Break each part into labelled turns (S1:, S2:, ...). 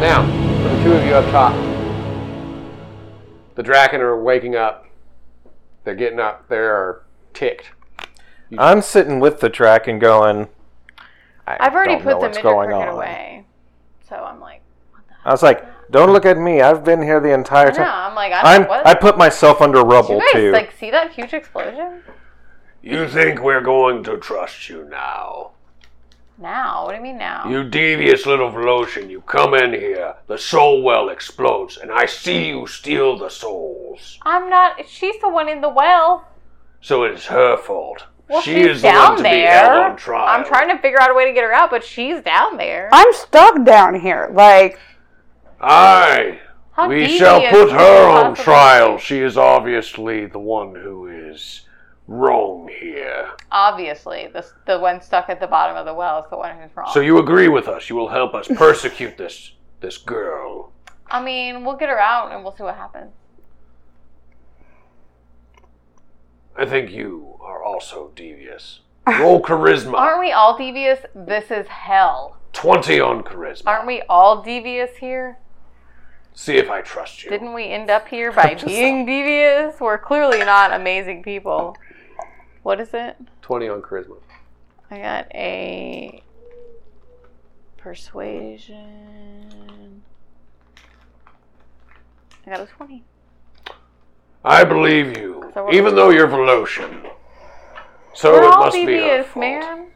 S1: Now, for the two of you up top, the Draken are waking up. They're getting up. They're ticked.
S2: I'm sitting with the track and going. I
S3: I've already
S2: don't know
S3: put the
S2: what's
S3: midget
S2: going
S3: cricket
S2: on.
S3: away. So I'm like,
S2: I was like, "Don't look at me. I've been here the entire
S3: no,
S2: time.
S3: I'm like, I don't
S2: I'm.
S3: know what.
S2: I put myself under
S3: Did
S2: rubble
S3: you guys
S2: too.
S3: like see that huge explosion?
S1: You think we're going to trust you now?
S3: Now, what do you mean now?
S1: You devious little Volosian, you come in here, the soul well explodes, and I see you steal the souls.
S3: I'm not. She's the one in the well.
S1: So it is her fault.
S3: Well,
S1: she
S3: she's
S1: is the
S3: down
S1: one to be
S3: there.
S1: held on trial.
S3: I'm trying to figure out a way to get her out, but she's down there.
S4: I'm stuck down here. Like,
S1: Aye,
S3: How
S1: we
S3: devious
S1: shall
S3: is
S1: put
S3: it
S1: her on
S3: possibly?
S1: trial. She is obviously the one who is wrong here.
S3: Obviously, the the one stuck at the bottom of the well is the one who's wrong.
S1: So you agree with us? You will help us persecute this this girl.
S3: I mean, we'll get her out and we'll see what happens.
S1: I think you are also devious. Roll charisma.
S3: Aren't we all devious? This is hell.
S1: Twenty on charisma.
S3: Aren't we all devious here?
S1: See if I trust you.
S3: Didn't we end up here by being devious? We're clearly not amazing people. What is it?
S1: Twenty on charisma.
S3: I got a persuasion. I got a 20.
S1: I believe you,
S3: So what-
S1: even though you're Volosian. So
S3: We're
S1: Oh, it
S3: all
S1: must be her
S3: devious,
S1: fault.
S3: man.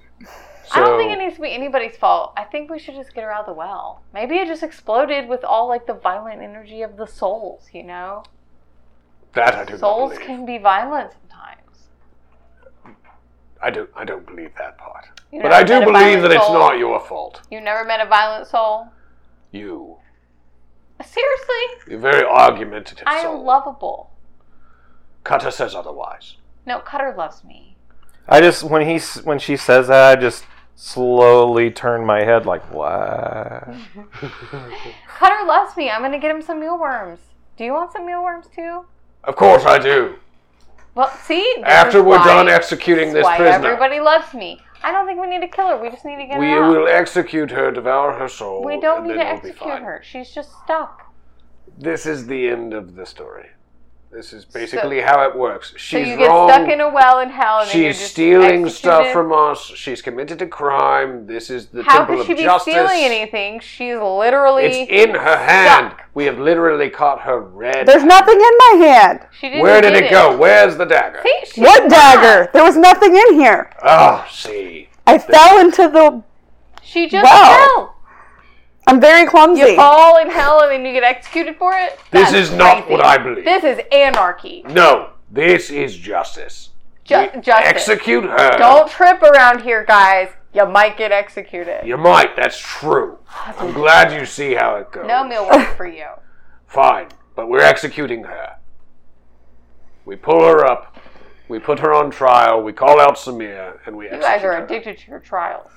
S1: So,
S3: I don't think it needs to be anybody's fault. I think we should just get her out of the well. Maybe it just exploded with all like the violent energy of the souls, you know?
S1: that I do
S3: Souls
S1: not believe.
S3: can be violent sometimes.
S1: I do. I don't believe that part.
S3: You
S1: But
S3: never
S1: I do
S3: met a
S1: believe
S3: violent
S1: that it's
S3: soul?
S1: not your fault.
S3: You never met a violent soul?
S1: You,
S3: Seriously?
S1: you're very argumentative.
S3: I
S1: soul.
S3: am lovable.
S1: Cutter says otherwise.
S3: No, Cutter loves me.
S2: I just when he s- when she says that, I just slowly turn my head like, "What?"
S3: Cutter loves me. I'm gonna get him some mealworms. Do you want some mealworms too?
S1: Of course I do.
S3: Well, see. this
S1: After
S3: is
S1: we're
S3: why-
S1: done executing this
S3: why
S1: prisoner,
S3: everybody loves me. I don't think we need to kill her. We just need to get
S1: we
S3: her out.
S1: will execute her, devour her soul.
S3: we don't
S1: and
S3: need
S1: then
S3: to
S1: we'll be
S3: execute
S1: fine.
S3: her. She's just stuck.
S1: This is the end of the story. This is basically how it works. She's
S3: so you get
S1: wrong.
S3: stuck in a well in hell. And then you're
S1: She's
S3: just
S1: stealing stuff
S3: executed.
S1: from us. She's committed a crime. This is the
S3: How
S1: temple
S3: could she
S1: of
S3: be
S1: justice.
S3: stealing anything? She's literally.
S1: It's in her hand.
S3: stuck.
S1: We have literally caught her red.
S4: there's nothing in my hand.
S3: She didn't
S1: Where did
S3: get
S1: it go? Where's the dagger?
S3: See, she
S4: What
S3: did not.
S4: dagger? There was nothing in here.
S1: Oh, see.
S4: I fell into the.
S3: She just
S4: Wow.
S3: fell.
S4: I'm very clumsy.
S3: You fall in hell and then you get executed for it.
S1: This
S3: That's
S1: is not
S3: crazy.
S1: what I believe.
S3: This is anarchy.
S1: No, this is justice.
S3: Ju-
S1: We
S3: justice.
S1: Execute her.
S3: Don't trip around here, guys. You might get executed.
S1: You might. That's true. I'm glad you see how it goes.
S3: No mealworm for you.
S1: Fine, but we're executing her. We pull her up. We put her on trial. We call out Samir, and we
S3: You
S1: execute
S3: guys are
S1: her.
S3: addicted to your trials.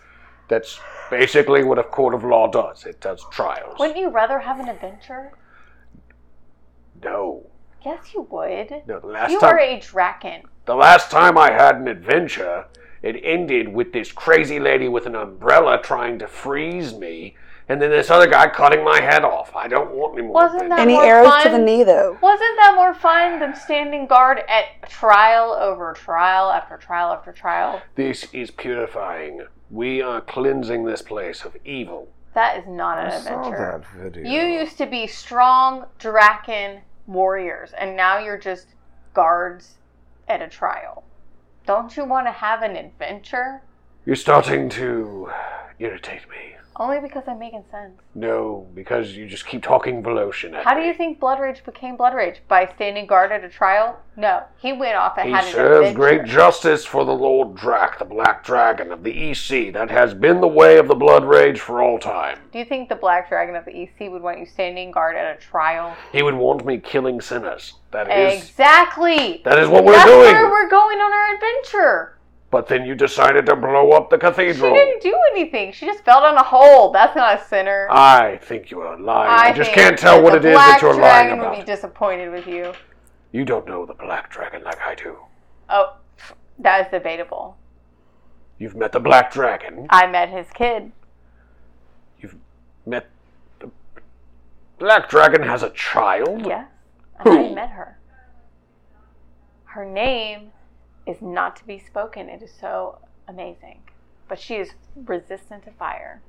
S1: That's basically what a court of law does. It does trials.
S3: Wouldn't you rather have an adventure?
S1: No,
S3: Yes, you would.
S1: no. The last
S3: You
S1: time,
S3: are a draken.
S1: the last time I had an adventure, it ended with this crazy lady with an umbrella trying to freeze me, and then this other guy cutting my head off. I don't want any more.
S3: Wasn't that
S1: adventures.
S4: Any
S3: more
S4: arrows to
S3: fun?
S4: the knee, though.
S3: Wasn't that more fun than standing guard at trial over trial after trial after trial?
S1: This is purifying. We are cleansing this place of evil.
S3: That is not an
S2: I saw
S3: adventure.
S2: that video.
S3: You used to be strong Draken warriors, and now you're just guards at a trial. Don't you want to have an adventure?
S1: You're starting to irritate me.
S3: Only because I'm making sense.
S1: No, because you just keep talking Voloshin at
S3: How do
S1: me.
S3: you think Blood Rage became Blood Rage? By standing guard at a trial? No, he went off and
S1: He
S3: had an
S1: serves
S3: adventure.
S1: great justice for the Lord Drac, the Black Dragon of the EC. That has been the way of the Blood Rage for all time.
S3: do you think the Black Dragon of the EC would want you standing guard at a trial?
S1: He would want me killing sinners. That is,
S3: Exactly.
S1: that is what we're
S3: That's
S1: doing.
S3: where we're going on our adventure.
S1: But then you decided to blow up the cathedral.
S3: She didn't do anything. She just fell down a hole. That's not a sinner.
S1: I think you are lying. I, just
S3: think
S1: can't tell what
S3: the
S1: it is
S3: Black
S1: that you're lying
S3: Dragon
S1: about.
S3: would be disappointed with you.
S1: You don't know the Black Dragon like I do.
S3: Oh, pff, that is debatable.
S1: You've met the Black Dragon.
S3: I met his kid.
S1: You've met the Black Dragon has a child?
S3: Yes, and I met her. Her name is not to be spoken. It is so amazing. But she is resistant to fire.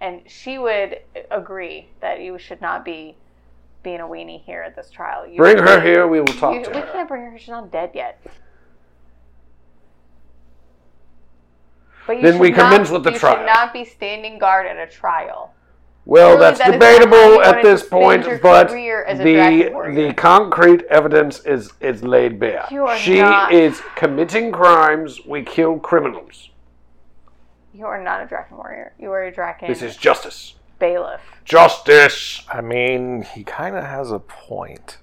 S3: And she would agree that you should not be being a weenie here at this trial. You
S1: Bring her here, we will talk
S3: you-
S1: to
S3: we
S1: her.
S3: can't bring her. She's not dead yet. But you
S1: Then
S3: should
S1: we
S3: not-
S1: commence with the
S3: you
S1: trial.
S3: should not be standing guard at a trial.
S1: Well,
S3: Surely
S1: that's
S3: that is not how you
S1: debatable at
S3: wanted to
S1: this
S3: spend
S1: point,
S3: your
S1: but
S3: career as a
S1: the
S3: dragon warrior.
S1: the concrete evidence is is laid bare.
S3: You are
S1: she
S3: not-
S1: is committing crimes. We kill criminals.
S3: You are not a dragon warrior. You are a dragon
S1: This is justice.
S3: bailiff.
S1: Justice.
S2: I mean, he kind of has a point.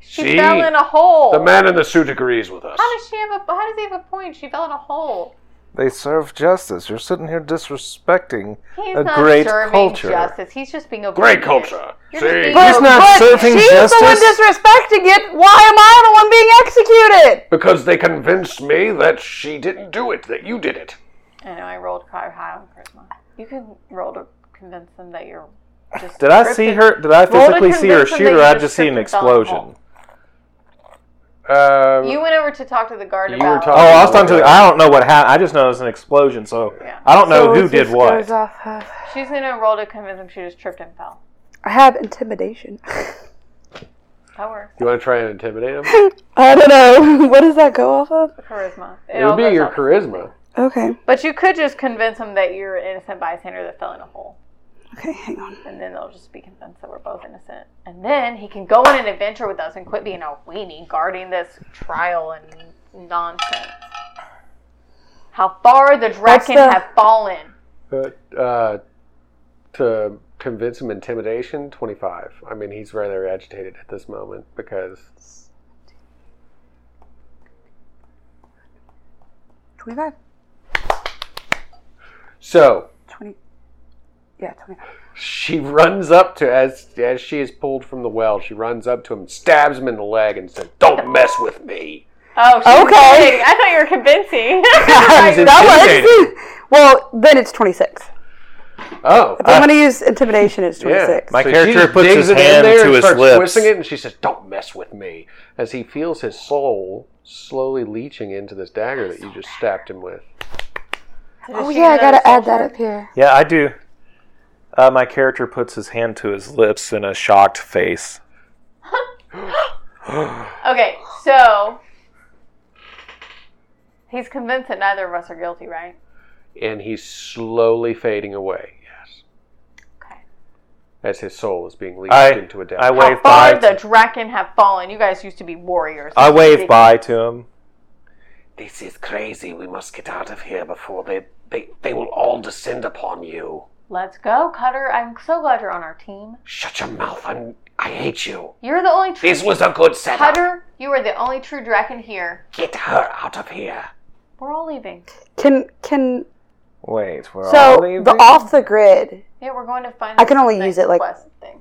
S3: She,
S1: She-
S3: fell in a hole.
S1: The man in the suit agrees with us.
S3: how does she have a? How does he have a point? She fell in a hole.
S2: They serve justice. You're sitting here disrespecting
S3: He's
S2: a
S3: not
S2: great
S3: serving
S2: culture.
S3: justice. He's just being a
S1: Great culture.
S3: You're just
S1: See,
S3: being-
S2: He's not
S4: but
S2: serving
S4: she's
S2: justice.
S4: the one disrespecting it. Why am I the one being executed?
S1: because they convinced me that she didn't do it, that you did it.
S3: I know. I rolled quite high on charisma. You can roll to convince them that you're. Just
S2: Did I see her? Did I
S3: Roll to
S2: physically see her
S3: convince him
S2: shoot
S3: that
S2: her?
S3: you
S2: I
S3: just
S2: just see an
S3: tripped and fell in the
S2: explosion.
S1: Um,
S3: You went over to talk to the guard
S1: You
S3: about.
S1: were
S2: Oh,
S1: talking-
S2: I was talking to. The, I don't know what happened. I just know it was an explosion. So
S3: Yeah.
S2: I don't know
S4: So
S2: who
S4: it
S2: did
S4: just
S2: what.
S4: goes off of-
S3: She's gonna roll to convince him she just tripped and fell.
S4: I have intimidation.
S3: That works.
S1: you want to try and intimidate him?
S4: I don't know. what does that go off of?
S3: Charisma. It
S1: It
S3: all
S1: would be
S3: goes
S1: your
S3: up.
S1: charisma.
S4: Okay.
S3: But you could just convince them that you're an innocent bystander that fell in a hole.
S4: Okay, hang on.
S3: And then they'll just be convinced that we're both innocent. And then he can go on an adventure with us and quit being a weenie guarding this trial and nonsense. How far the Draken
S4: the-
S3: have fallen.
S1: But uh, to convince him intimidation, 25. I mean, he's rather agitated at this moment because.
S4: 25?
S1: So
S4: 20. Yeah, 25.
S1: she runs up to, as, as she is pulled from the well, she runs up to him, stabs him in the leg, and says, Don't mess with me.
S3: Oh,
S4: Okay.
S3: okay. I thought you were convincing.
S1: He's
S4: that
S1: intimidated.
S4: was. Well, then it's 26.
S1: Oh.
S4: If I'm going to use intimidation, it's
S2: Uh,
S4: 26.
S2: My
S1: So she
S2: character
S1: just
S2: puts
S1: digs
S2: his
S1: it in
S2: hand
S1: there
S2: to
S1: and
S2: his
S1: starts
S2: lips.
S1: twisting it, and she says, "Don't mess with me." As he feels his soul slowly leaching into this dagger that you just stabbed him with.
S4: oh, yeah, I got to add that up here.
S2: Yeah, I do. Uh, my character puts his hand to his lips in a shocked face.
S3: Okay, so he's convinced that neither of us are guilty, right?
S1: and he's slowly fading away. Yes,
S3: Okay.
S1: as his soul is being leached
S2: I
S1: into a dagger.
S2: I
S3: How
S2: wave
S3: far
S2: bye.
S3: the
S2: To,
S3: Draken have fallen. You guys used to be warriors.
S2: I wave bye to him.
S1: this is crazy. We must get out of here before they they they will all descend upon you.
S3: Let's go, Cutter. I'm so glad you're on our team.
S1: Shut your mouth! I'm I hate you.
S3: You're the only true
S1: This was a good setup.
S3: Cutter. You are the only true Draken here.
S1: Get her out of here.
S3: We're all leaving.
S4: Can, can,
S2: Wait, we're all
S4: so
S2: leaving?
S4: the off the grid.
S3: Yeah, we're going to find.
S4: I can only
S3: this
S4: use it, like-
S3: blessed thing.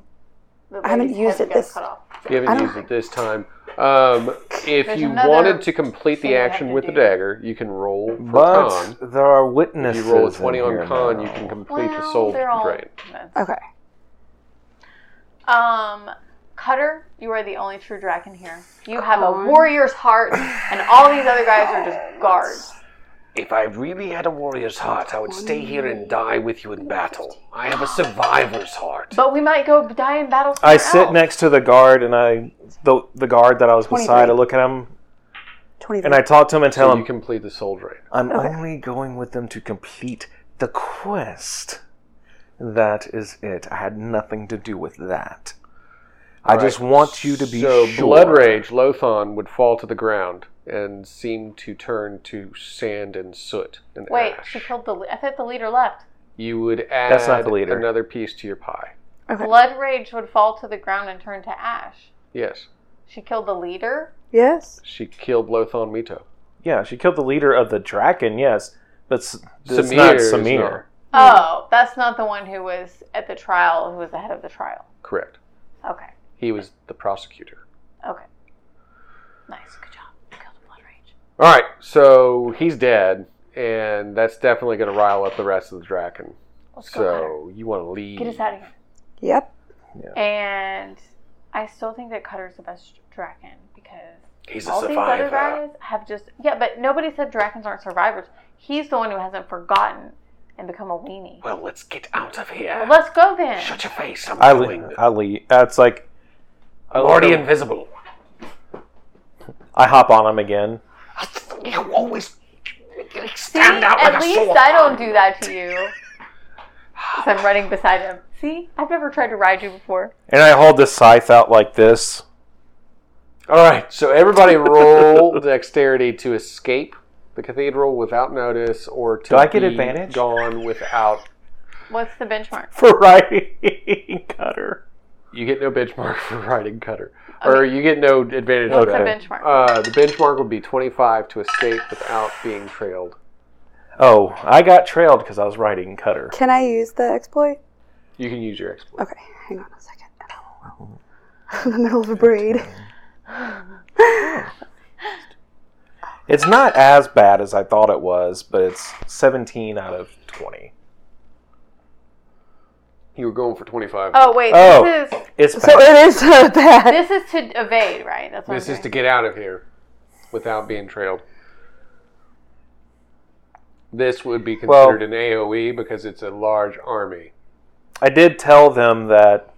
S3: The
S4: I haven't
S3: lady's
S4: used
S3: head
S4: it
S3: got
S4: this-
S3: Cut off.
S1: You
S4: I
S1: haven't
S4: don't
S1: used it this time. Um, if
S3: There's
S1: you
S3: another
S1: wanted to complete
S3: thing
S1: the
S3: we have
S1: action
S3: to
S1: with the
S3: do.
S1: dagger, you can roll for
S2: but
S1: con.
S2: there are
S1: If
S2: witnesses.
S1: you roll a twenty
S2: in
S1: on
S2: here
S1: con,
S2: now.
S1: you can complete
S3: Well,
S1: the soul
S3: they're all
S1: drain.
S3: convinced.
S4: Okay.
S3: Um, Cutter, you are the only true dragon here. You have
S4: Con.
S3: a warrior's heart, and all these other guys are just guards.
S1: If I really had a warrior's heart, I would stay here and die with you in battle. I have a survivor's heart.
S3: But we might go die in battle.
S2: I
S3: somewhere
S2: sit
S3: else.
S2: next to the guard, and I the the guard that I was beside. I
S4: 23.
S2: look at him
S4: 23.
S2: and I talk to him and tell
S1: So
S2: him
S1: you complete the soul drain.
S2: I'm only going with them to complete the quest. That is it. I had nothing to do with that. I just want you to be
S1: so
S2: sure.
S1: blood rage. Lothon would fall to the ground and seem to turn to sand and soot and
S3: Wait,
S1: ash.
S3: she killed the. le- I thought the leader left.
S1: You would add
S2: That's not the leader.
S1: another piece to your pie.
S4: Okay.
S3: Blood rage would fall to the ground and turn to ash.
S1: Yes,
S3: She killed the leader.
S4: Yes.
S1: she killed Lothon Mito.
S2: Yeah, she killed the leader of the draken. Yes, but s- it's
S1: Samir
S2: not
S1: is
S2: Samir.
S1: not.
S3: Oh, that's not the one who was at the trial. Who was the head of the trial?
S1: Correct.
S3: Okay.
S1: He was the prosecutor.
S3: Okay. Nice. Good job. Killed the blood rage.
S1: All right, so he's dead, and that's definitely going to rile up the rest of the draken.
S3: Let's go. Cutter.
S1: So you want to leave?
S3: Get us out of here.
S4: Yep.
S3: And I still think that Cutter's the best draken because
S5: He's a
S3: all these other
S5: survivor.
S3: guys have just yeah, but nobody said dragons aren't survivors. He's the one who hasn't forgotten and become a weenie.
S5: Well, let's get out of
S3: Well,
S5: here.
S3: let's go then.
S5: Shut your face. I'm
S2: I leave.
S5: going.
S2: I leave. That's like
S5: I'm already invisible.
S2: I hop on him again.
S5: You always you
S3: See,
S5: stand out like
S3: at
S5: a
S3: least
S5: sore
S3: I don't
S5: thumb.
S3: do that to you. 'Cause I'm running beside him. See, I've never tried to ride you before.
S2: And I hold the scythe out like this.
S1: All right, so everybody roll dexterity to escape the cathedral without notice or to
S2: Do I get
S1: be
S2: advantage?
S1: gone without.
S3: What's the benchmark?
S2: for writing cutter.
S1: You get no benchmark for riding cutter, or you get no advantage.
S3: What's
S1: for
S3: the
S2: Okay.
S3: benchmark?
S1: Uh, the benchmark would be 25 to escape without being trailed.
S2: Oh, I got trailed because I was writing cutter.
S4: Can I use the exploit?
S1: You can use your exploit.
S4: Okay, hang on a second. I'm in the middle of a braid.
S2: It's not as bad as I thought it was, but it's 17 out of 20.
S1: You were going for 25.
S3: oh wait,
S2: Oh.
S3: this is
S2: It's
S4: So
S2: bad.
S4: it is uh, bad.
S3: this is to evade, right? That's what
S1: this
S3: I'm
S1: is to get out of here without being trailed. This would be considered
S2: Well-
S1: an AOE because it's a large army.
S2: I did tell them that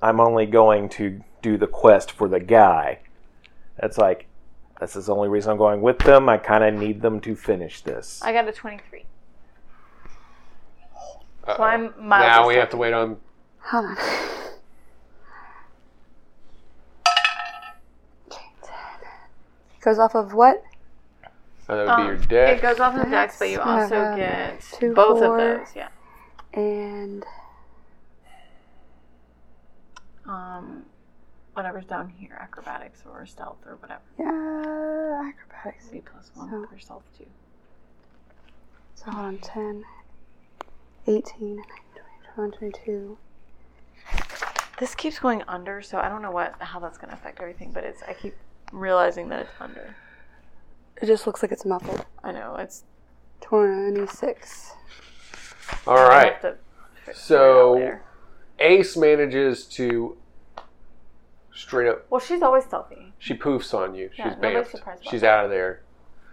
S2: I'm only going to do the quest for the guy. That's like, this is the only reason I'm going with them. I kind of need them to finish this.
S3: I got a 23.
S1: Uh-oh.
S3: So I'm mildly
S1: now we have to
S3: certain.
S1: wait on.
S4: Hold on. Goes off of what?
S1: Uh, that would
S3: Um,
S1: be your deck.
S3: It goes off the decks, but you also
S4: Seven,
S3: get
S4: two,
S3: both
S4: four.
S3: of those. Yeah.
S4: And
S3: Um, whatever's down here, acrobatics or stealth or whatever.
S4: yeah, acrobatics.
S3: Be plus one
S4: So-
S3: for stealth too.
S4: So hold on, 10, 18, 21, 22.
S3: This keeps going under, so I don't know what how that's going to affect everything, but it's I keep realizing that it's under.
S4: It just looks like it's muffled.
S3: I know it's.
S4: 26.
S1: All right.
S3: I'll have to figure it
S1: So-
S3: out later.
S1: Ace manages to straight up.
S3: Well, she's always stealthy,
S1: She poofs on you. She's
S3: Yeah, nobody's
S1: bamfed.
S3: surprised by
S1: She's
S3: that.
S1: out of there,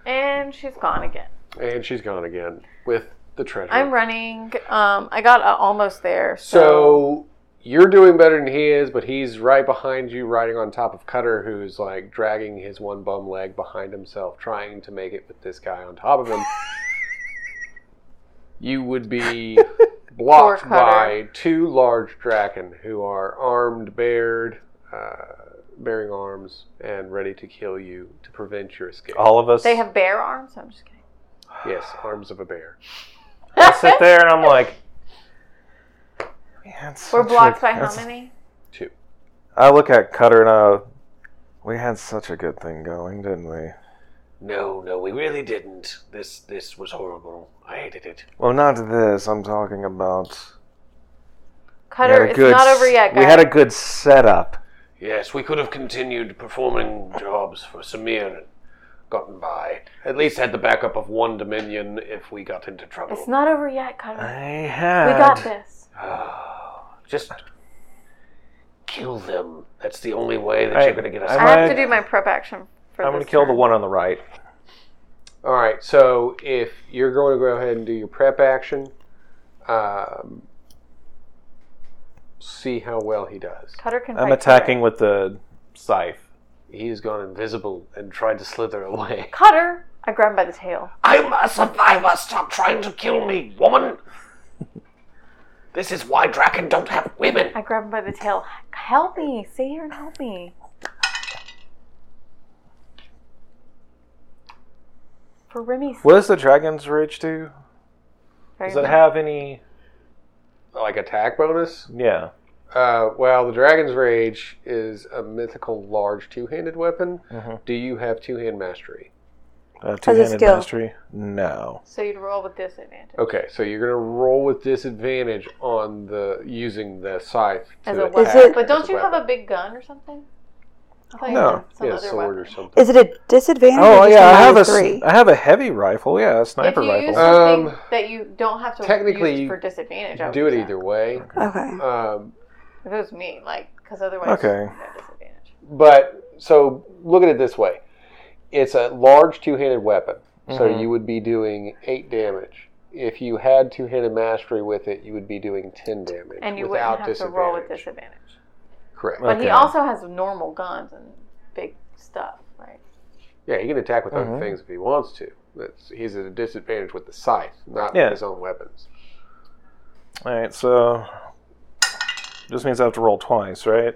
S3: and she's gone again.
S1: and she's gone again with the treasure.
S3: I'm running. Um, I got uh, almost there. So,
S1: So you're doing better than he is, but he's right behind you, riding on top of Cutter, who's like dragging his one bum leg behind himself, trying to make it with this guy on top of him. you would be blocked
S3: Poor Cutter.
S1: by two large draken who are armed, bared, uh, bearing arms, and ready to kill you to prevent your escape.
S5: Oh.
S2: All of us
S3: they have bare arms. I'm just kidding.
S1: Yes, arms of a bear.
S2: I sit there and I'm like, "Man, it's
S3: We're
S2: such a-
S3: blocked by how
S2: that's-
S3: many?
S1: Two.
S2: I look at Cutter and I, we had such a good thing going, didn't we?
S5: No, no, we really didn't. This this was horrible. I hated it.
S2: Well, not this. I'm talking about. we had
S3: Cutter,
S2: a
S3: it's
S2: good
S3: not
S2: s-
S3: over yet, guys.
S2: We had a good setup.
S5: Yes, we could have continued performing jobs for Samir and gotten by. At least had the backup of one Dominion if we got into trouble.
S3: It's not over yet, Cutter.
S2: I had.
S3: We got this.
S5: Ah, Just kill them. That's the only way that
S2: I-
S5: you're going to get us.
S2: I
S3: I
S5: out.
S2: might-
S3: have to do my prep action for
S2: I'm
S3: this
S2: gonna kill the
S3: turn.
S2: one on the right.
S1: All right. So if you're going to go ahead and do your prep action, um, see how well he does.
S3: Cutter can
S2: I'm
S3: fight
S2: attacking with the scythe.
S1: He's gone invisible and tried to slither away.
S3: Cutter. Cutter! I grab him by the tail.
S5: I'm a survivor. Stop trying to kill me, woman. this is why Draken don't have women.
S3: I grab him by the tail. Help me! Stay here and help me. For Remy's
S2: What does the dragon's rage do? Does it have any?
S1: Like attack bonus.
S2: Yeah.
S1: Uh, well, the Dragon's Rage is a mythical large two-handed weapon.
S2: Mhm.
S1: Do you have two-hand mastery?
S2: Uh,
S4: Has a
S2: two-handed
S4: skill.
S2: mastery. No.
S3: So you'd roll with disadvantage.
S1: Okay, so you're gonna roll with disadvantage on the using the scythe to
S3: As a
S1: attack
S3: weapon.
S4: Is it-
S3: but
S1: as
S3: don't
S1: a
S3: you have
S1: weapon.
S3: a big gun or something? I thought you
S2: No.
S3: had some
S1: yeah,
S3: other
S1: sword
S3: weapon.
S1: or something.
S4: Is it a disadvantage?
S2: Oh
S4: or just
S2: yeah, I
S4: minus
S2: have a s-
S4: three.
S2: I have a heavy rifle. Yeah, a
S3: If
S2: sniper
S3: you use
S2: rifle.
S3: something
S1: Um,
S3: that you don't have to
S1: technically
S3: use
S1: you
S3: for disadvantage,
S1: You can
S3: I would
S1: do it
S3: say.
S1: either way.
S4: Okay.
S1: Um,
S3: If it was me, like, because otherwise,
S2: Okay.
S3: it's no disadvantage.
S1: but so look at it this way: it's a large two-handed weapon, so
S2: Mhm.
S1: you would be doing eight damage. If you had two-handed mastery with it, you would be doing ten damage
S3: And you
S1: without
S3: wouldn't have to roll with
S1: disadvantage.
S3: disadvantage.
S1: Correct.
S3: But
S2: Okay.
S3: he also has normal guns and big stuff, right?
S1: Yeah, he can attack with
S2: Mhm.
S1: other things if he wants to. That's, he's at a disadvantage with the scythe, not
S2: Yeah.
S1: with his own weapons.
S2: All right, so just means I have to roll twice, right?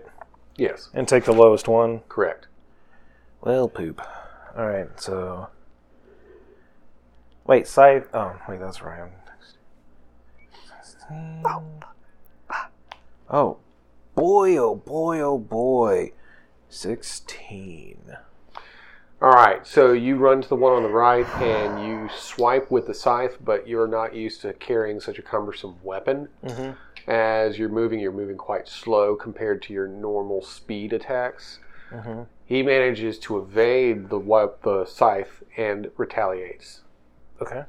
S1: Yes,
S2: And take the lowest one.
S1: correct.
S2: Well, poop. All right, so wait, scythe. Oh, wait, that's right. I'm Oh, boy! Oh boy! Oh boy! Sixteen.
S1: All right, so you run to the one on the right and you swipe with the scythe, but you're not used to carrying such a cumbersome weapon.
S2: Mm-hmm.
S1: As you're moving, you're moving quite slow compared to your normal speed attacks.
S2: Mm-hmm.
S1: He manages to evade the wi- the scythe and retaliates.
S2: Okay.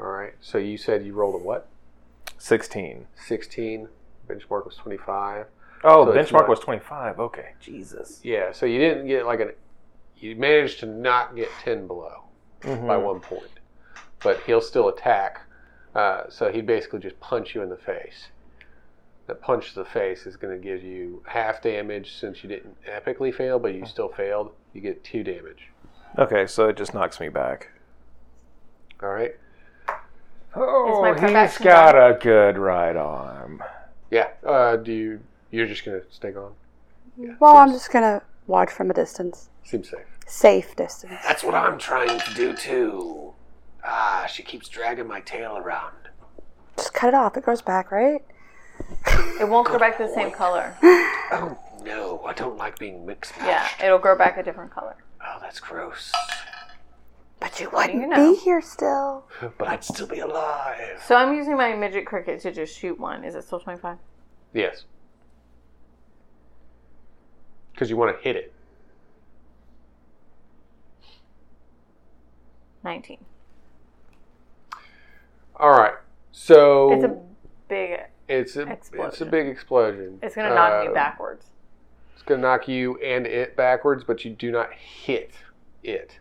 S1: All right, so you said you rolled a what?
S2: Sixteen.
S1: 16. Benchmark was 25.
S2: Oh,
S1: So it's
S2: benchmark
S1: not-
S2: was twenty-five. Okay. Jesus.
S1: Yeah, so you didn't get like an. You managed to not get 10 below
S2: Mhm.
S1: by one point, but he'll still attack. Uh, so he'd basically just punch you in the face. The punch to the face is going to give you half damage since you didn't epically fail, but you still failed. You get two damage.
S2: Okay, so it just knocks me back.
S1: All right?
S2: Oh,
S3: Is my
S2: he's
S3: perfection
S2: got a good right arm.
S1: Yeah. Uh, do you. You're just going to stay gone?
S4: Well, I'm just gonna watch from a distance,
S1: Seems safe.
S4: safe distance.
S5: That's what I'm trying to do too. Ah, she keeps dragging my tail around.
S4: Just cut it off. It grows back, right?
S3: It won't grow back to the same color.
S5: Oh no, I don't like being mixed
S3: Yeah,
S5: matched.
S3: it'll grow back a different color.
S5: Oh, that's gross.
S4: But you wouldn't
S3: You know.
S4: be here still.
S5: But I'd still be alive.
S3: So I'm using my midget cricket to just shoot one. Is it still 25?
S1: Yes. Because you want to hit it.
S3: 19.
S1: All right. So.
S3: It's a big,
S1: It's a it's a
S3: Explosion.
S1: big explosion.
S3: it's going to
S1: Uh,
S3: knock me backwards.
S1: It's gonna knock you and it backwards, but you do not hit it.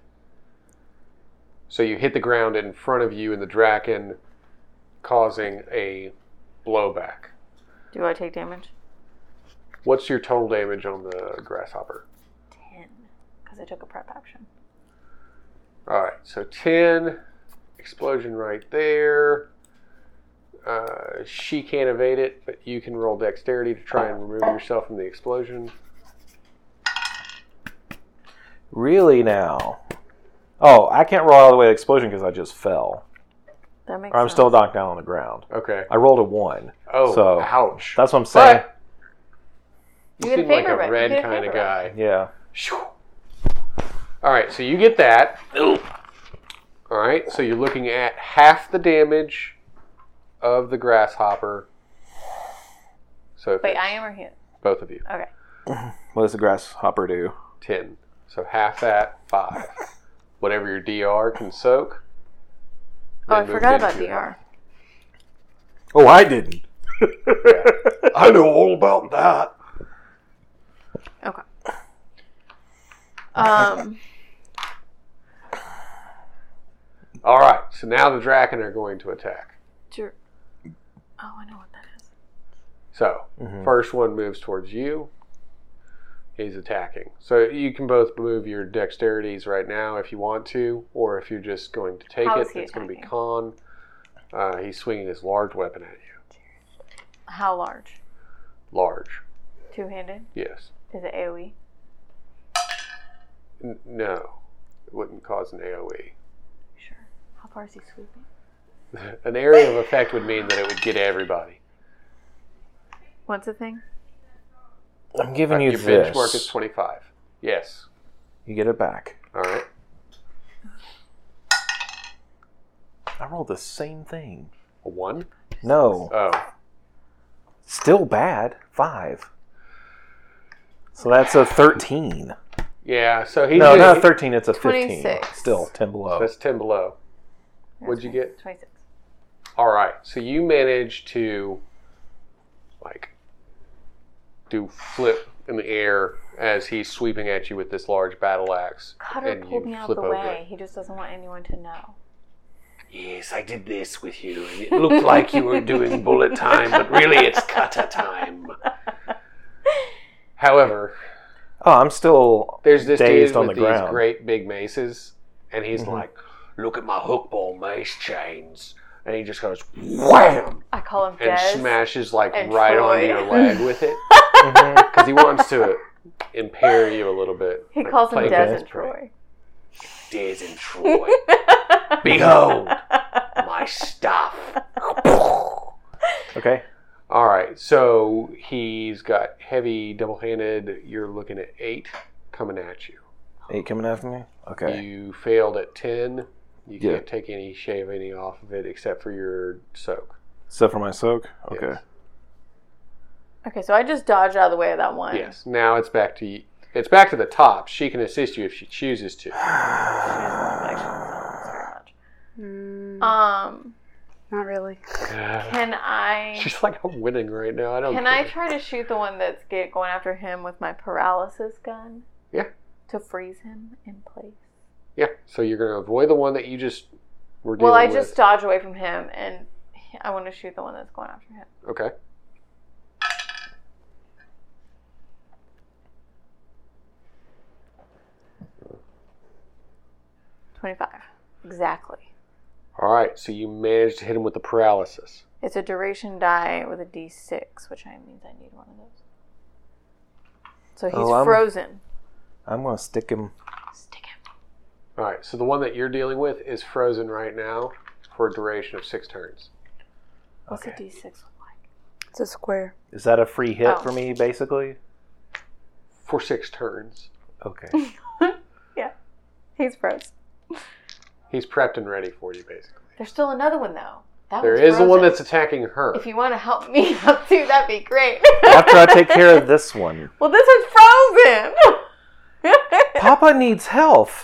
S1: So you hit the ground in front of you and the draken, causing a blowback.
S3: Do I take damage?
S1: What's your total damage on the grasshopper?
S3: 10. Because I took a prep action.
S1: All right, so ten explosion right there. Uh, she can't evade it, but you can roll dexterity to try and remove yourself from the explosion.
S2: Really now? Oh, I can't roll all the way to explosion because I just fell.
S3: That makes
S2: Or I'm
S3: sense.
S2: still knocked down on the ground.
S1: Okay.
S2: I rolled a one.
S1: Oh,
S2: So-
S1: ouch.
S2: That's what I'm saying.
S1: You
S3: You get a
S1: seem like
S3: favor
S1: a
S3: back. You
S1: red
S3: get a
S1: kind of
S3: favor
S1: guy.
S2: Yeah.
S1: All right, so you get that. All right, so you're looking at half the damage of the grasshopper. So if
S3: Wait,
S1: it's
S3: I am or he is?
S1: both of you,
S3: Okay.
S2: What does the grasshopper do?
S1: ten. So half that, five. Whatever your DR can soak.
S3: Oh,
S1: then
S3: I
S1: move it
S3: forgot about
S1: into your-
S3: DR.
S2: Oh, I didn't.
S5: I know all about that.
S3: Okay. Um,
S1: All right, so now the draken are going to attack.
S3: dur- oh, I know what that is.
S1: So
S2: Mhm.
S1: first one moves towards you. He's attacking. So you can both move your dexterities right now if you want to, or if you're just going to take
S3: How
S1: it,
S3: is he
S1: it's going to be
S3: attacking?
S1: con. Uh, he's swinging his large weapon at you.
S3: How large?
S1: Large,
S3: Two handed?
S1: yes.
S3: Is it E? AoE?
S1: N- no, it wouldn't cause an E. AoE.
S3: Sure. How far is he sweeping?
S1: An area of effect would mean that it would get everybody.
S3: What's the thing?
S2: I'm giving you
S1: your benchmark is
S2: this.
S1: 25. Yes.
S2: You get it back.
S1: All right.
S2: I rolled the same thing.
S1: A one.
S2: No.
S1: Oh,
S2: Still bad. Five. So that's a 13.
S1: Yeah, so he
S2: No,
S1: did-
S2: not a 13, it's a 15.
S4: 26.
S2: Still 10 below.
S1: That's ten below. What'd you get?
S3: 26.
S1: All right, so you managed to like do flip in the air as he's sweeping at you with this large battle axe.
S3: Cutter
S1: and you
S3: pulled me out of
S1: flip
S3: the
S1: over.
S3: way. He just doesn't want anyone to know.
S5: Yes, I did this with you, and it looked like you were doing bullet time, but really it's cutter time.
S1: However,
S2: Oh, I'm still.
S1: there's this
S2: Dazed
S1: dude
S2: on
S1: with
S2: the
S1: these
S2: ground. Mm-hmm.
S1: great big maces, and he's like,
S5: Look at my hookball mace chains. And he just goes wham
S3: I call him
S1: and
S3: Des.
S1: smashes like
S3: and
S1: right onto
S3: Troy.
S1: your leg with it
S2: Mhm.
S1: because he wants to impair you a little bit.
S3: He calls him
S1: Play
S3: Des
S1: Des
S3: and
S1: Troy.
S3: Troy.
S5: Des and Troy. Behold my stuff.
S2: Okay.
S1: All right, so he's got heavy, double-handed. You're looking at eight coming at you.
S2: Eight coming after me? Okay.
S1: You failed at ten. You
S2: Yeah.
S1: can't take any shave any off of it except for your soak.
S2: Except for my soak? Okay.
S1: Yes.
S3: Okay, so I just dodged out of the way of that one.
S1: Yes. Now it's back to y- it's back to the top. She can assist you if she chooses to.
S4: Uh,
S3: Um,
S4: Mm, Not really.
S3: can I
S1: She's like, I'm winning right now. I don't.
S3: can I try to shoot the one that's get going after him with my paralysis gun?
S1: Yeah.
S3: To freeze him in place.
S1: Yeah. So you're gonna avoid the one that you just were dealing
S3: Well, I
S1: with.
S3: just dodge away from him, and I want to shoot the one that's going after him.
S1: Okay.
S3: Twenty-five, exactly.
S1: All right. So you managed to hit him with the paralysis.
S3: It's a duration die with a D6, which I means I need one of those. So he's
S2: Oh, I'm-
S3: frozen.
S2: I'm going to stick him.
S3: Stick him.
S1: All right. So the one that you're dealing with is frozen right now for a duration of six turns.
S3: What's
S2: Okay.
S3: a D6 look like?
S4: It's a square.
S2: Is that a free hit
S3: Oh.
S2: for me, basically?
S1: For six turns.
S2: Okay.
S3: He's frozen.
S1: He's prepped and ready for you, basically.
S3: There's still another one though. That
S1: There
S3: one's
S1: is the one
S3: Oh, frozen.
S1: that's attacking her.
S3: If you want to help me out too, that'd be great.
S2: After I take care of this one,
S3: well, this one's frozen.
S2: Papa needs health.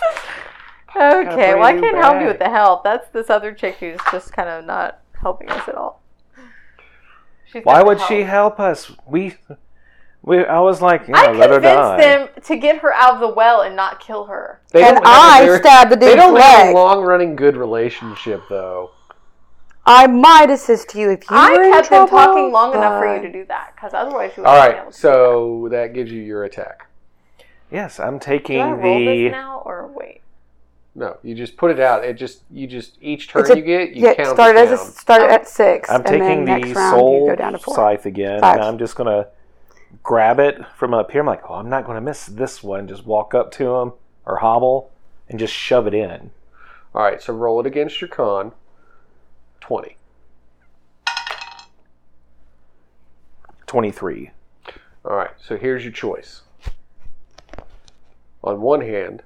S3: okay, well I
S2: brand new
S3: can't help you
S2: bag.
S3: with the help. That's this other chick who's just kind of not helping us at all. She's
S2: Why
S3: got the
S2: would she
S3: help.
S2: help us? We, we. I was like, yeah,
S3: Oh. I
S2: let her die.
S3: convinced them to get her out of the well and not kill her.
S1: They
S4: and
S1: don't have a
S4: I
S1: very-
S4: stabbed the
S1: They
S4: dude's
S1: don't have
S4: leg.
S1: a long running good relationship, though.
S4: I might assist you if you
S3: I
S4: were in
S3: kept them
S4: trouble,
S3: talking long enough for you
S4: but-
S3: to do that, because otherwise you would
S1: All
S3: have been able
S1: right,
S3: to.
S1: so that gives you your attack.
S2: Yes, I'm
S3: do I
S2: taking
S3: roll
S2: the.
S3: this now or wait?
S1: No, you just put it out. It just you just each turn
S4: It's a-
S1: you get, you
S4: yeah,
S1: count
S4: start
S1: it
S4: as
S1: down.
S4: a, start at six.
S2: I'm taking
S4: and then
S2: the
S4: next round
S2: soul
S4: you go down to four.
S2: scythe again,
S4: Five.
S2: and I'm just gonna grab it from up here. I'm like, oh, I'm not gonna miss this one. Just walk up to him or hobble and just shove it in.
S1: All right, so roll it against your con. Twenty.
S2: Twenty-three.
S1: All right, so here's your choice. On one hand,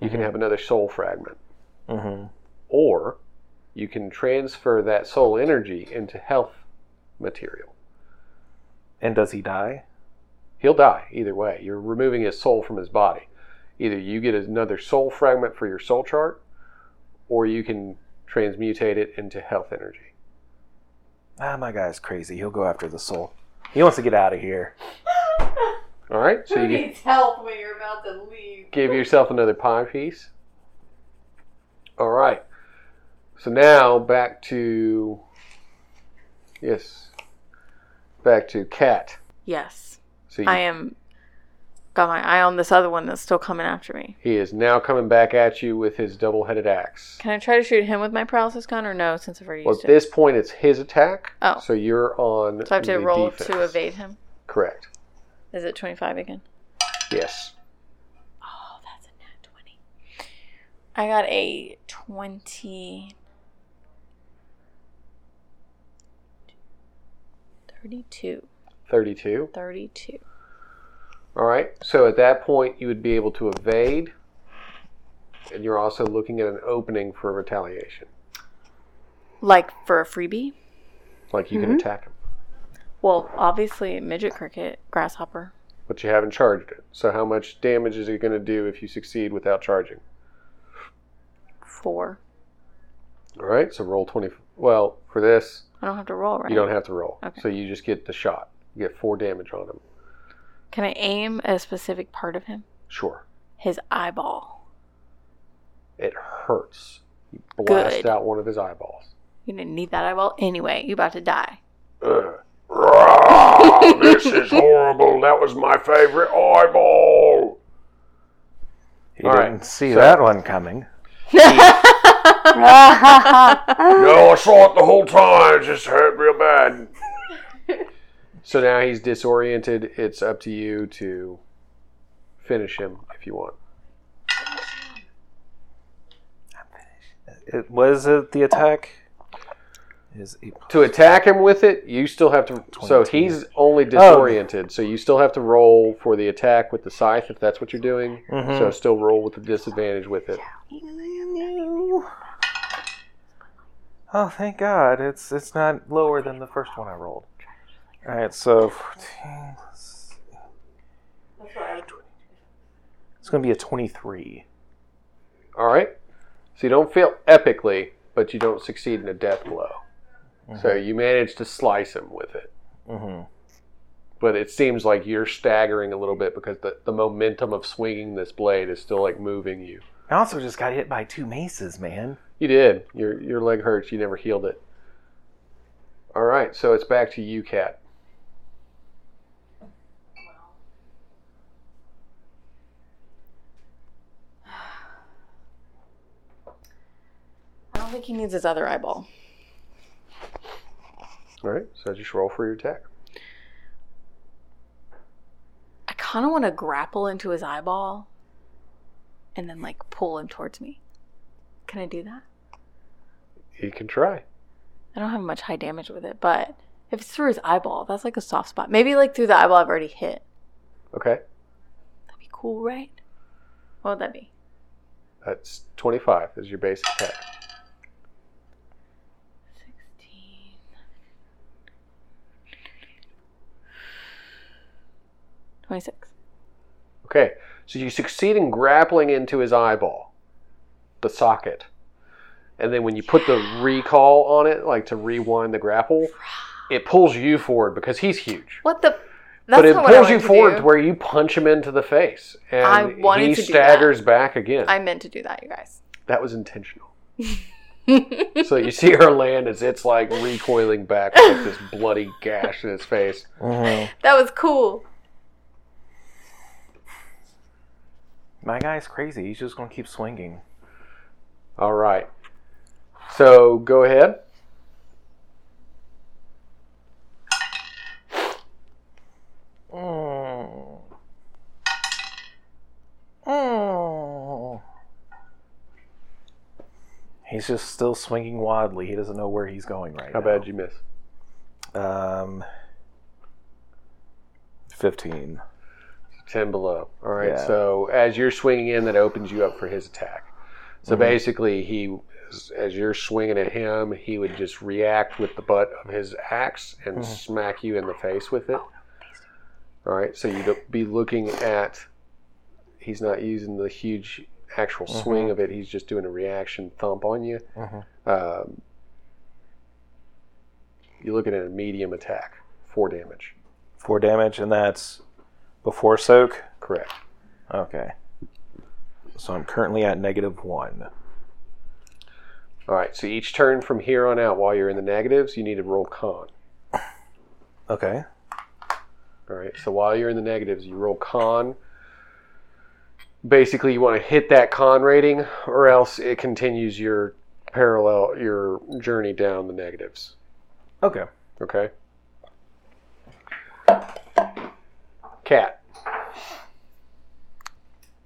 S1: you
S4: Mm-hmm.
S1: can have another soul fragment,
S2: Mm-hmm.
S1: or you can transfer that soul energy into health material.
S2: And does he die?
S1: He'll die either way. You're removing his soul from his body. Either you get another soul fragment for your soul chart, or you can transmutate it into health energy.
S2: Ah, my guy's crazy. He'll go after the soul. He wants to get out of here.
S1: All right, so you can
S3: needs help when you're about to leave?
S1: give yourself another pie piece. All right. So now back to yes, back to cat.
S3: Yes,
S1: So you,
S3: I am. Got my eye on this other one that's still coming after me.
S1: he is now coming back at you with his double-headed axe.
S3: Can I try to shoot him with my paralysis gun or no? Since I've already
S1: Well,
S3: used
S1: at
S3: it,
S1: this point, it's his attack.
S3: Oh.
S1: So you're on.
S3: so I have to
S1: the
S3: roll
S1: defense.
S3: to evade him.
S1: Correct.
S3: Is it twenty-five again?
S1: Yes.
S3: Oh, that's a nat twenty. I got a twenty. 32
S1: 32.
S3: 32
S1: All right. So at that point, you would be able to evade, and you're also looking at an opening for retaliation.
S3: like for a freebie Mm-hmm.
S1: Like you can attack him.
S3: well obviously midget cricket grasshopper
S1: but you haven't charged it. So how much damage is it going to do if you succeed without charging?
S3: Four.
S1: All right, so roll 20. Well, for this,
S3: I don't have to roll, right?
S1: you don't have to roll.
S3: Okay.
S1: So you just get the shot. You get four damage on him.
S3: Can I aim at a specific part of him?
S1: Sure.
S3: His eyeball.
S1: It hurts. You blast
S3: Good.
S1: out one of his eyeballs.
S3: You didn't need that eyeball anyway. You about to die.
S5: Ugh. Rah, this is horrible. That was my favorite eyeball.
S2: He
S1: All
S2: didn't
S1: right,
S2: see
S1: so-
S2: that one coming.
S5: No, I saw it the whole time. It just hurt real bad.
S1: So now he's disoriented. It's up to you to finish him if you want.
S2: It was it the attack. Is he-
S1: To attack him with it, you still have to. So
S2: 22.
S1: he's only disoriented. So you still have to roll for the attack with the scythe if that's what you're doing.
S2: Mhm.
S1: So still roll with the disadvantage with it.
S2: Oh, thank God! It's it's not lower than the first one I rolled. All right, so 14 plus- it's going to be a twenty-three.
S1: All right. So you don't fail epically, but you don't succeed in a death blow. So you manage to slice him with it.
S2: Mm-hmm.
S1: But it seems like you're staggering a little bit because the, the momentum of swinging this blade is still like moving you.
S2: I also just got hit by two maces, man.
S1: You did. Your your leg hurts. You never healed it. All right, so it's back to you, Cat.
S3: I don't think he needs his other eyeball.
S1: All right, so just roll for your attack.
S3: I kind of want to grapple into his eyeball and then like pull him towards me. Can I do that?
S1: You can try.
S3: I don't have much high damage with it, but if it's through his eyeball, that's like a soft spot. Maybe like through the eyeball I've already hit.
S1: Okay,
S3: That'd be cool, right? What would that be?
S1: that's twenty-five is your base attack.
S3: 16. Twenty-six.
S1: Okay, so you succeed in grappling into his eyeball, the socket, and then when you put the recall on it, like to rewind the grapple, it pulls you forward because he's huge.
S3: What the? That's
S1: But it
S3: not what I
S1: pulls
S3: wanted
S1: you
S3: to
S1: forward
S3: do.
S1: to where you punch him into the face, and
S3: I wanted
S1: he
S3: to do that.
S1: staggers back again.
S3: I meant to do that, you guys.
S1: That was intentional. so you see her land as it's like recoiling back with like this bloody gash in its face.
S2: Mm-hmm.
S3: That was cool.
S2: My guy's crazy. He's just going to keep swinging.
S1: All right. So go ahead.
S2: Mm. Mm. He's just still swinging wildly. He doesn't know where he's going right
S1: How
S2: now.
S1: bad you miss?
S2: Um, fifteen.
S1: Ten below. All right.
S2: Yeah.
S1: So as you're swinging in, that opens you up for his attack. So
S2: Mhm.
S1: basically, he as you're swinging at him, he would just react with the butt of his axe and smack you in the face with it. All right. So you'd be looking at. He's not using the huge actual swing of it. He's just doing a reaction thump on you.
S2: Mhm.
S1: Um, you're looking at a medium attack, four damage.
S2: Four damage, and that's before soak.
S1: Correct.
S2: Okay. So I'm currently at negative one.
S1: All right. So each turn from here on out, while you're in the negatives, you need to roll con.
S2: Okay.
S1: All right. So while you're in the negatives, you roll con. Basically, you want to hit that con rating, or else it continues your parallel your journey down the negatives.
S2: Okay.
S1: Okay. Cat,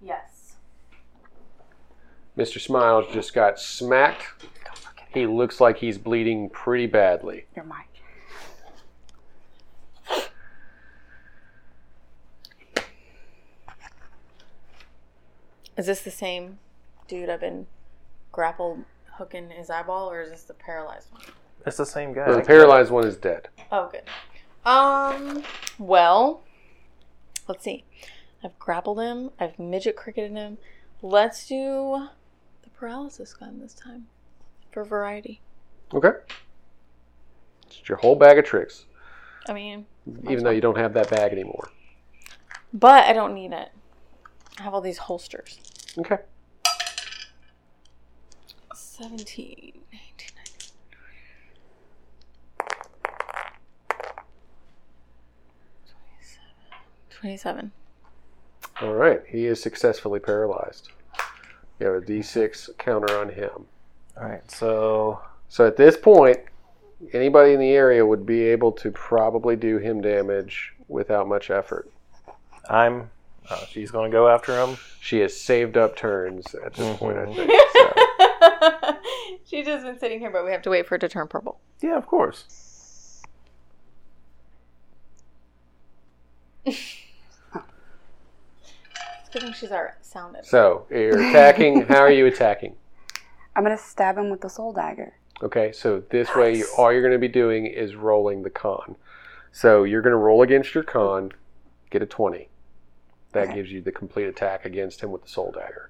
S4: Yes.
S1: Mr. Smiles just got smacked. He looks like he's bleeding pretty badly.
S4: Your mic.
S3: Is this the same dude I've been grappled hooking his eyeball, or is this the paralyzed one?
S2: It's the same guy.
S1: The paralyzed one is dead.
S3: Oh, good. Um. Well, Let's see. I've grappled him. I've midget cricketed him. Let's do the paralysis gun this time for variety.
S1: Okay. It's your whole bag of tricks,
S3: I mean,
S1: even though you don't have that bag anymore.
S3: but I don't need it. I have all these holsters.
S1: Okay.
S3: 17, 19, 27.
S1: All right. He is successfully paralyzed. You have a D6 counter on him.
S2: All right, so
S1: So at this point, anybody in the area would be able to probably do him damage without much effort.
S2: I'm. Uh, she's gonna go after him.
S1: She has saved up turns at this point, I
S2: Mhm.
S1: think. So.
S3: She's just been sitting here, but we have to wait for it to turn purple.
S2: Yeah, of course.
S3: It's good thing she's our sound editor.
S1: so you're attacking. How are you attacking?
S4: I'm gonna stab him with the soul dagger.
S1: Okay, so this way, you, all you're going to be doing is rolling the con. So you're going to roll against your con, get a 20. That
S4: Okay.
S1: gives you the complete attack against him with the soul dagger.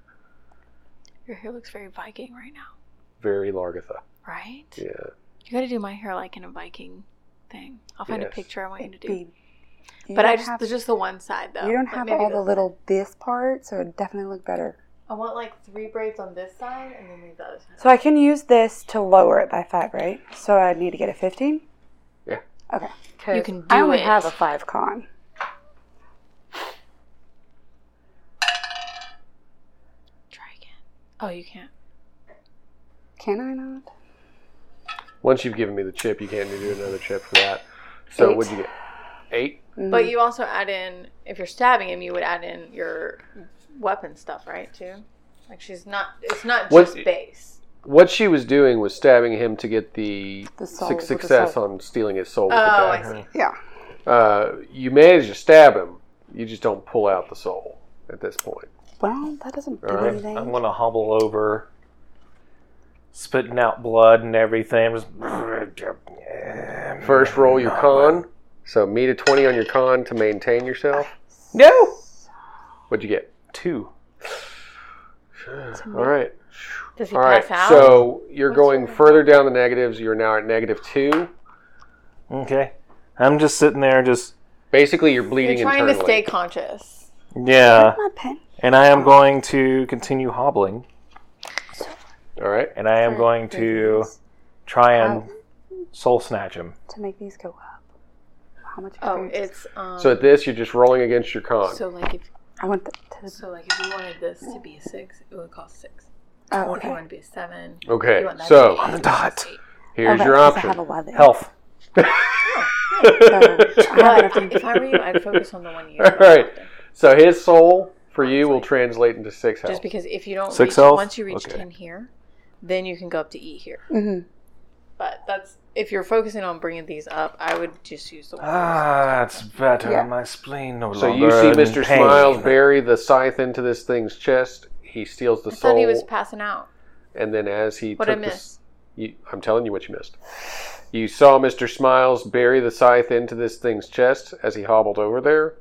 S3: Your hair looks very Viking right now,
S1: Very Largatha.
S3: right?
S1: Yeah.
S3: You gotta do my hair like in a Viking thing. I'll find
S1: Yes.
S3: a picture I want you to do.
S4: Babe, you
S3: but I
S4: don't
S3: just,
S4: have,
S3: there's just the one side though.
S4: you don't
S3: Like,
S4: have
S3: maybe
S4: all
S3: this
S4: the
S3: side.
S4: little this part, so it'd definitely look better.
S3: I want like three braids on this side and then leave the other side.
S4: So I can use this to lower it by five, right? So I need to get a fifteen.
S1: Yeah.
S4: Okay.
S3: You can
S4: I
S3: do
S4: only
S3: it.
S4: have a five con.
S3: Try again. Oh, you can't.
S4: Can I not?
S1: Once you've given me the chip, you can't do another chip for that. So
S4: Eight.
S1: what'd you get? Eight?
S3: But you also add in if you're stabbing him, you would add in your weapon stuff, right? Too. Like she's not. It's not
S1: What-
S3: just base.
S1: What she was doing was stabbing him to get the,
S4: The
S1: suc-
S4: soul with the
S1: success
S4: soul.
S1: on stealing his soul. With
S3: Oh,
S1: the
S3: I
S1: dagger.
S3: see.
S4: Yeah.
S1: Uh, you manage to stab him. You just don't pull out the soul at this point.
S4: Well, that doesn't do
S1: All right.
S4: anything.
S2: I'm gonna hobble over, spitting out blood and everything. Just-
S1: First, roll your con. So meet a twenty on your con to maintain yourself.
S2: no
S1: What'd you get?
S2: two.
S1: All right.
S3: Does he
S1: All right.
S3: pass out?
S1: So you're going further down the negatives. You're now at negative two.
S2: Okay, I'm just sitting there, just
S1: Basically, you're bleeding
S3: you're trying
S1: internally.
S3: to stay conscious.
S2: yeah,
S4: My pen.
S2: and I am going to continue hobbling,
S1: All right.
S2: and I am going to try and soul snatch him.
S4: To make these go up. How much
S3: Oh,
S4: experience?
S3: it's um.
S1: So at this, you're just rolling against your con.
S3: so like if
S4: I want the, to.
S3: so like if you wanted this to be a six, it would cost six.
S4: Oh,
S3: Or if you
S4: okay.
S3: want to be a seven,
S1: okay.
S3: you want that
S1: So
S3: to be eight,
S2: dot.
S3: eight.
S1: here's
S4: Oh,
S1: your
S4: because I
S1: option.
S4: have 11.
S2: Health.
S4: So I have
S3: But
S4: enough
S3: if I were you, I'd focus on the one you.
S1: All right. So his soul for you will translate into six health.
S3: Just because if you don't
S2: Six
S3: reach,
S2: health?
S3: once you reach
S2: Okay.
S3: ten here, then you can go up to E here.
S4: Mhm.
S3: But that's if you're focusing on bringing these up, I would just use the one.
S2: Ah, it's better.
S4: Yeah.
S2: My spleen no
S1: So you
S2: longer
S1: see Mr.
S2: in pain.
S1: Smiles bury the scythe into this thing's chest. He steals the
S3: I
S1: soul,
S3: thought he was passing out.
S1: and then as he
S3: What I
S1: took
S3: miss?
S1: the, you, I'm telling you what you missed. You saw Mr. Smiles bury the scythe into this thing's chest as he hobbled over there.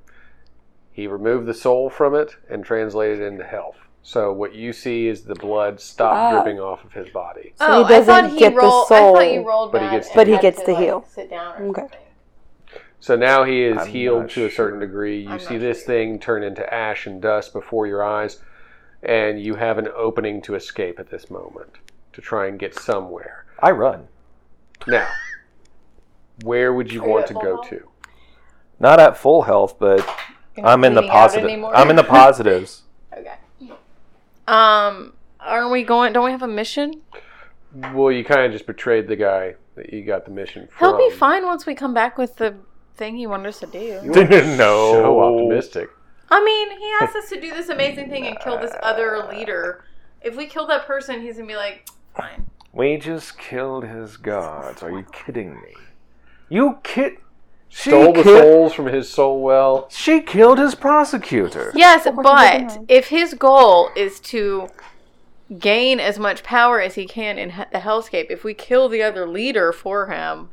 S1: He removed the soul from it and translated it into health. So what you see is the blood stop
S4: Ah.
S1: dripping off of his body.
S3: Oh,
S4: So he doesn't get the
S3: rolled. I thought you
S4: soul,
S3: rolled
S1: but he
S3: back
S1: gets
S3: and
S1: to- But
S4: he
S3: had
S4: gets
S3: to,
S4: to
S3: like,
S4: heal.
S3: Sit down. Or
S4: Okay.
S3: something.
S1: So now he is
S2: I'm
S1: healed
S2: not
S1: to a certain degree. You
S3: I'm
S1: see
S3: not
S1: this thing turn into ash and dust before your eyes, and you have an opening to escape at this moment to try and get somewhere.
S2: I run.
S1: Now, where would you
S3: Are you
S1: want
S3: at
S1: to
S3: full
S1: go
S3: health?
S1: to?
S2: Not at full health, but
S3: You're not
S2: I'm in the
S3: bleeding out
S2: positive.
S3: anymore?
S2: I'm in the positives.
S3: Okay. Um, aren't we going? Don't we have a mission?
S1: Well, you kind of just betrayed the guy that you got the mission from.
S3: He'll be fine once we come back with the thing he wanted us to do.
S2: no.
S1: So optimistic.
S3: I mean, he asked us to do this amazing thing and kill this other leader. If we kill that person, he's gonna be like, fine.
S2: We just killed his gods. Are you kidding me? You kid. She
S1: Stole the
S2: ki-
S1: souls from his soul well.
S2: She killed his prosecutor.
S3: Yes, but if his goal is to gain as much power as he can in he- the hellscape, if we kill the other leader for him,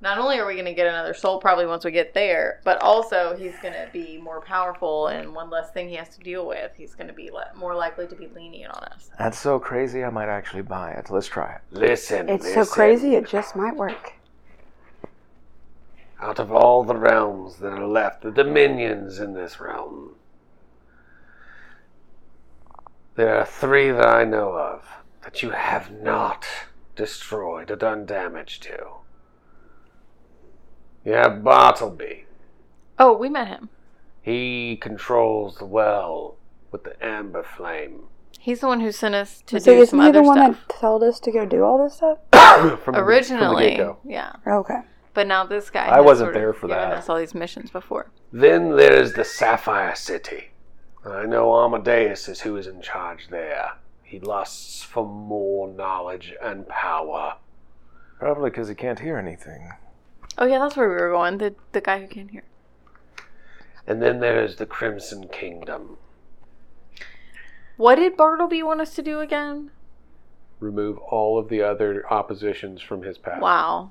S3: Not only are we going to get another soul probably once we get there, but also he's going to be more powerful and one less thing he has to deal with. He's going to be le- more likely to be lenient on us.
S2: That's so crazy. I might actually buy it. Let's try it.
S6: Listen,
S4: It's so
S6: listen.
S4: crazy, it just might work.
S6: Out of all the realms that are left, the dominions in this realm, there are three that I know of that you have not destroyed or done damage to. You have Bartleby.
S3: Oh, we met him.
S6: He controls the well with the amber flame
S3: He's the one who sent us to
S4: So
S3: do
S4: isn't
S3: some
S4: he
S3: other
S4: the one
S3: stuff.
S4: that told us to go do all this stuff?
S6: from the- from the
S3: Originally,
S6: get-go.
S3: yeah.
S4: Okay.
S3: But now this guy.
S2: I
S3: has
S2: wasn't
S3: sort of
S2: there for
S3: given
S2: that.
S3: Us all these missions before.
S6: Then there's the Sapphire City. I know Amadeus is who is in charge there. He lusts for more knowledge and power.
S2: Probably because he can't hear anything.
S3: Oh yeah, that's where we were going. The the guy who can't hear.
S6: And then there's the Crimson Kingdom.
S3: What did Bartleby want us to do again?
S1: Remove all of the other oppositions from his path.
S3: Wow.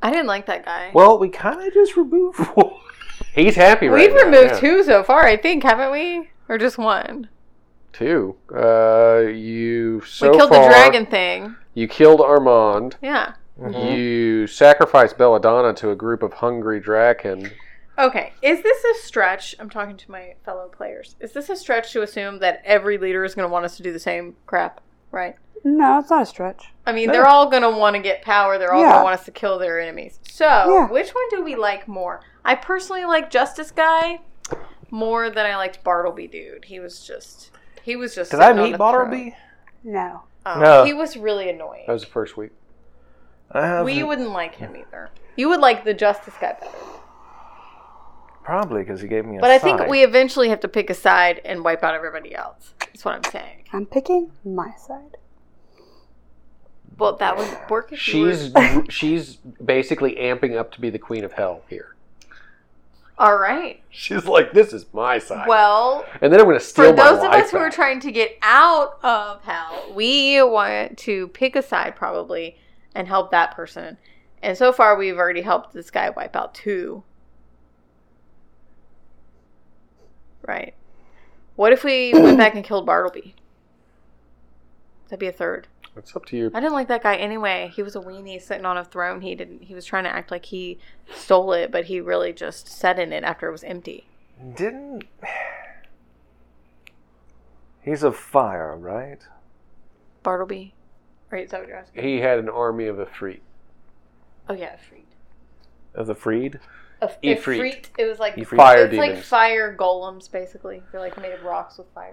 S3: I didn't like that guy.
S2: Well, we kind of just removed one.
S6: He's happy right
S3: We've
S6: now,
S3: removed
S6: yeah.
S3: two so far, I think, haven't we? Or just one?
S1: Two. Uh, you so
S3: we killed
S1: far,
S3: the dragon thing.
S1: You killed Armand.
S3: Yeah.
S1: You sacrificed Belladonna to a group of hungry draken.
S3: Okay. Is this a stretch? I'm talking to my fellow players. Is this a stretch to assume that every leader is going to want us to do the same crap? Right.
S4: No, it's not a stretch.
S3: I mean, they're all going to want to get power. They're all going
S4: Yeah.
S3: to want us to kill their enemies. So,
S4: Yeah.
S3: which one do we like more? I personally like Justice Guy more than I liked Bartleby dude. He was just he was just
S2: Did I
S3: sitting on
S2: meet
S3: the
S2: Bartleby?
S4: No.
S3: throne. Oh,
S2: No.
S3: He was really annoying.
S1: That was the first week.
S2: I have
S3: We wouldn't like him either. You would like the Justice Guy better.
S2: probably because he gave me a
S3: But I think
S2: sign.
S3: we eventually have to pick a side and wipe out everybody else. That's what I'm saying.
S4: I'm picking my side.
S3: Well, that would work if you
S1: She's she's basically amping up to be the queen of hell here.
S3: were. All right.
S1: She's like, this is my side,
S3: Well,
S1: and then I'm going to
S3: for
S1: steal my
S3: those of
S1: life.
S3: us who are
S1: back.
S3: trying to get out of hell, we want to pick a side probably and help that person. And so far, we've already helped this guy wipe out two. Right. What if we went back and killed Bartleby? That'd be a third.
S1: it's up to you.
S3: I didn't like that guy anyway. He was a weenie sitting on a throne. He didn't. He was trying to act like he stole it, but he really just sat in it after it was empty.
S2: didn't. He's a fire, right?
S3: Bartleby, right? Is that what you're asking?
S1: He had an army of the free.
S3: Oh yeah, Freed.
S2: Of the freed.
S3: A, a
S1: Ifrit.
S3: Freet, It was like
S2: Ifrit.
S1: E Fire
S3: it's like
S1: demons.
S3: fire golems, basically. They're like made of rocks with fire.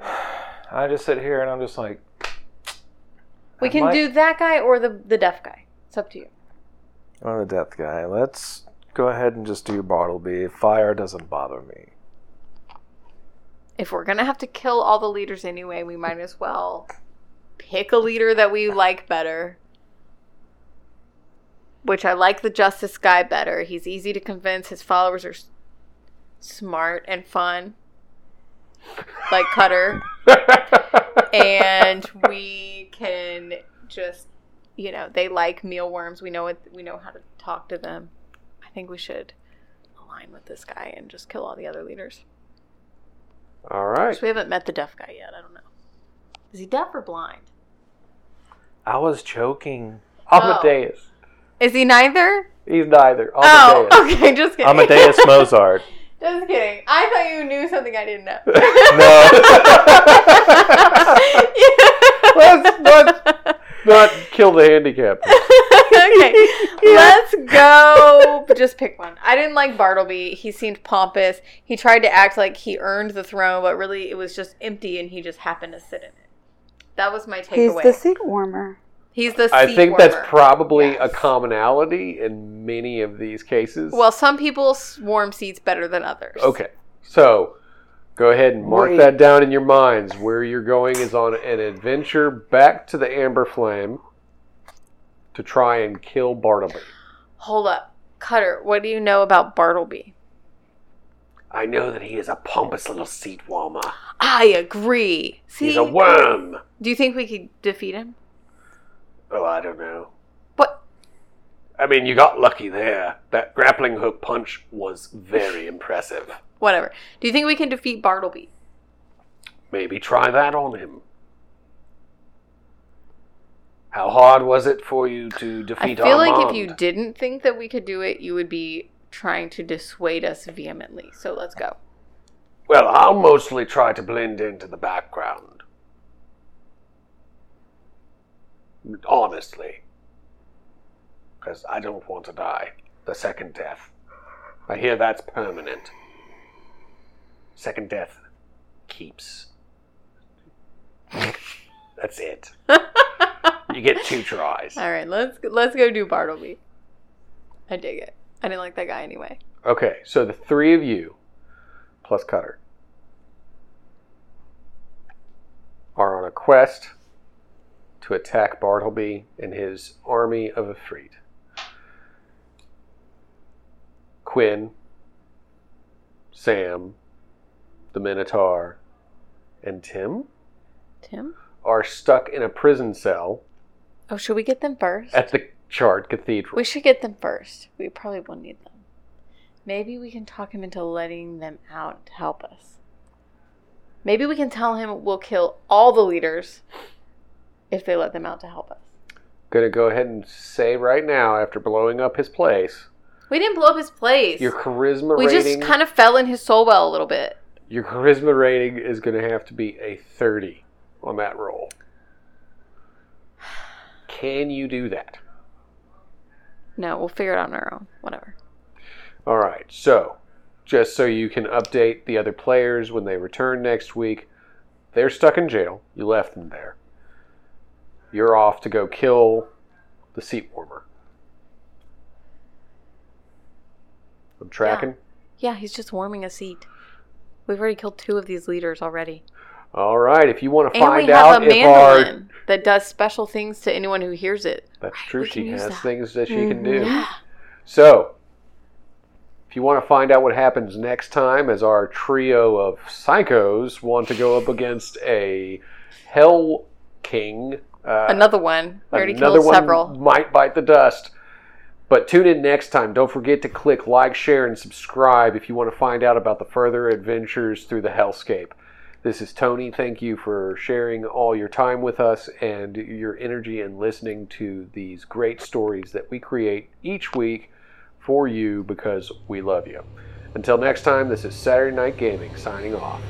S2: I just sit here and I'm just like,
S3: We
S2: I
S3: can
S2: might-
S3: do that guy or the the deaf guy. It's up to you.
S2: I'm the death guy. Let's go ahead and just do Bartleby. Fire doesn't bother me.
S3: If we're gonna have to kill all the leaders anyway, we might as well pick a leader that we like better. Which I like the justice guy better. He's easy to convince. His followers are s- smart and fun, like Cutter. and we can just you know they like mealworms we know it we know how to talk to them i think we should align with this guy and just kill all the other leaders
S1: All right.
S3: so we haven't met the deaf guy yet i don't know is he deaf or blind
S2: I was choking.
S1: Amadeus.
S3: is he neither
S1: He's neither.
S3: oh
S1: Amadeus.
S3: okay just kidding
S2: Amadeus Mozart.
S3: just kidding i thought you knew something i didn't know
S1: Let's- let's- Not kill the handicap.
S3: okay, let's go. Just pick one. I didn't like Bartleby. He seemed pompous. He tried to act like he earned the throne, but really it was just empty, and he just happened to sit in it. That was my
S4: He's
S3: takeaway.
S4: the seat warmer.
S3: He's the.
S1: I
S3: seat
S1: think
S3: warmer.
S1: that's probably a
S3: Yes.
S1: commonality in many of these cases.
S3: well, some people swarm seats better than others.
S1: okay. So go ahead and mark
S2: Wait.
S1: that down in your minds. Where you're going is on an adventure back to the Amber Flame to try and kill Bartleby.
S3: Hold up, Cutter. What do you know about Bartleby?
S6: I know that he is a pompous little seat warmer.
S3: I agree. See,
S6: He's a worm.
S3: do you think we could defeat him?
S6: Oh, I don't know.
S3: What?
S2: I mean, you got lucky there. That grappling hook punch was very impressive.
S3: Whatever. Do you think we can defeat Bartleby?
S2: Maybe try that on him. How hard was it for you to
S3: I
S2: defeat
S3: feel like if
S2: Armand?
S3: you didn't think that we could do it, you would be trying to dissuade us vehemently. So let's go.
S2: Well, I'll mostly try to blend into the background. Honestly. Because I don't want to die. The second death. I hear that's permanent. Second death keeps. that's it. you get two tries.
S3: All right, let's let's go do Bartleby. I dig it. I didn't like that guy anyway.
S1: Okay, so the three of you, plus Cutter, are on a quest to attack Bartleby and his army of Ifrit. Quinn, Sam, the Minotaur, and Tim
S3: Tim?
S1: are stuck in a prison cell
S3: Oh, should we get them first?
S1: at the Chard Cathedral.
S3: We should get them first. We probably will need them. Maybe we can talk him into letting them out to help us. Maybe we can tell him we'll kill all the leaders if they let them out to help us.
S1: Gonna go ahead and say right now, after blowing up his place,
S3: We didn't blow up his place.
S1: your charisma
S3: we
S1: rating.
S3: just kind of fell in his soul well a little bit.
S1: Your charisma rating is going to have to be a 30 on that roll. Can you do that?
S3: No, we'll figure it out on our own. Whatever.
S1: All right. So, just so you can update the other players when they return next week, they're stuck in jail. You left them there. You're off to go kill the seat warmer. I'm tracking.
S3: Yeah, he's just warming a seat. We've already killed two of these leaders already.
S1: All right. If you want to
S3: And
S1: find
S3: we have
S1: out
S3: a
S1: if our
S3: mandolin that does special things to anyone who hears it.
S1: That's true.
S3: we can
S1: She
S3: use
S1: has
S3: that. Mm-hmm.
S1: things that she can do. So, if you want to find out what happens next time, as our trio of psychos want to go up against a Hell King, uh,
S3: Another one. We already
S1: another
S3: killed
S1: one
S3: several.
S1: might bite the dust. But tune in next time. Don't forget to click like, share, and subscribe if you want to find out about the further adventures through the hellscape. This is Tony. Thank you for sharing all your time with us and your energy and listening to these great stories that we create each week for you because we love you. Until next time, this is Saturday Night Gaming signing off.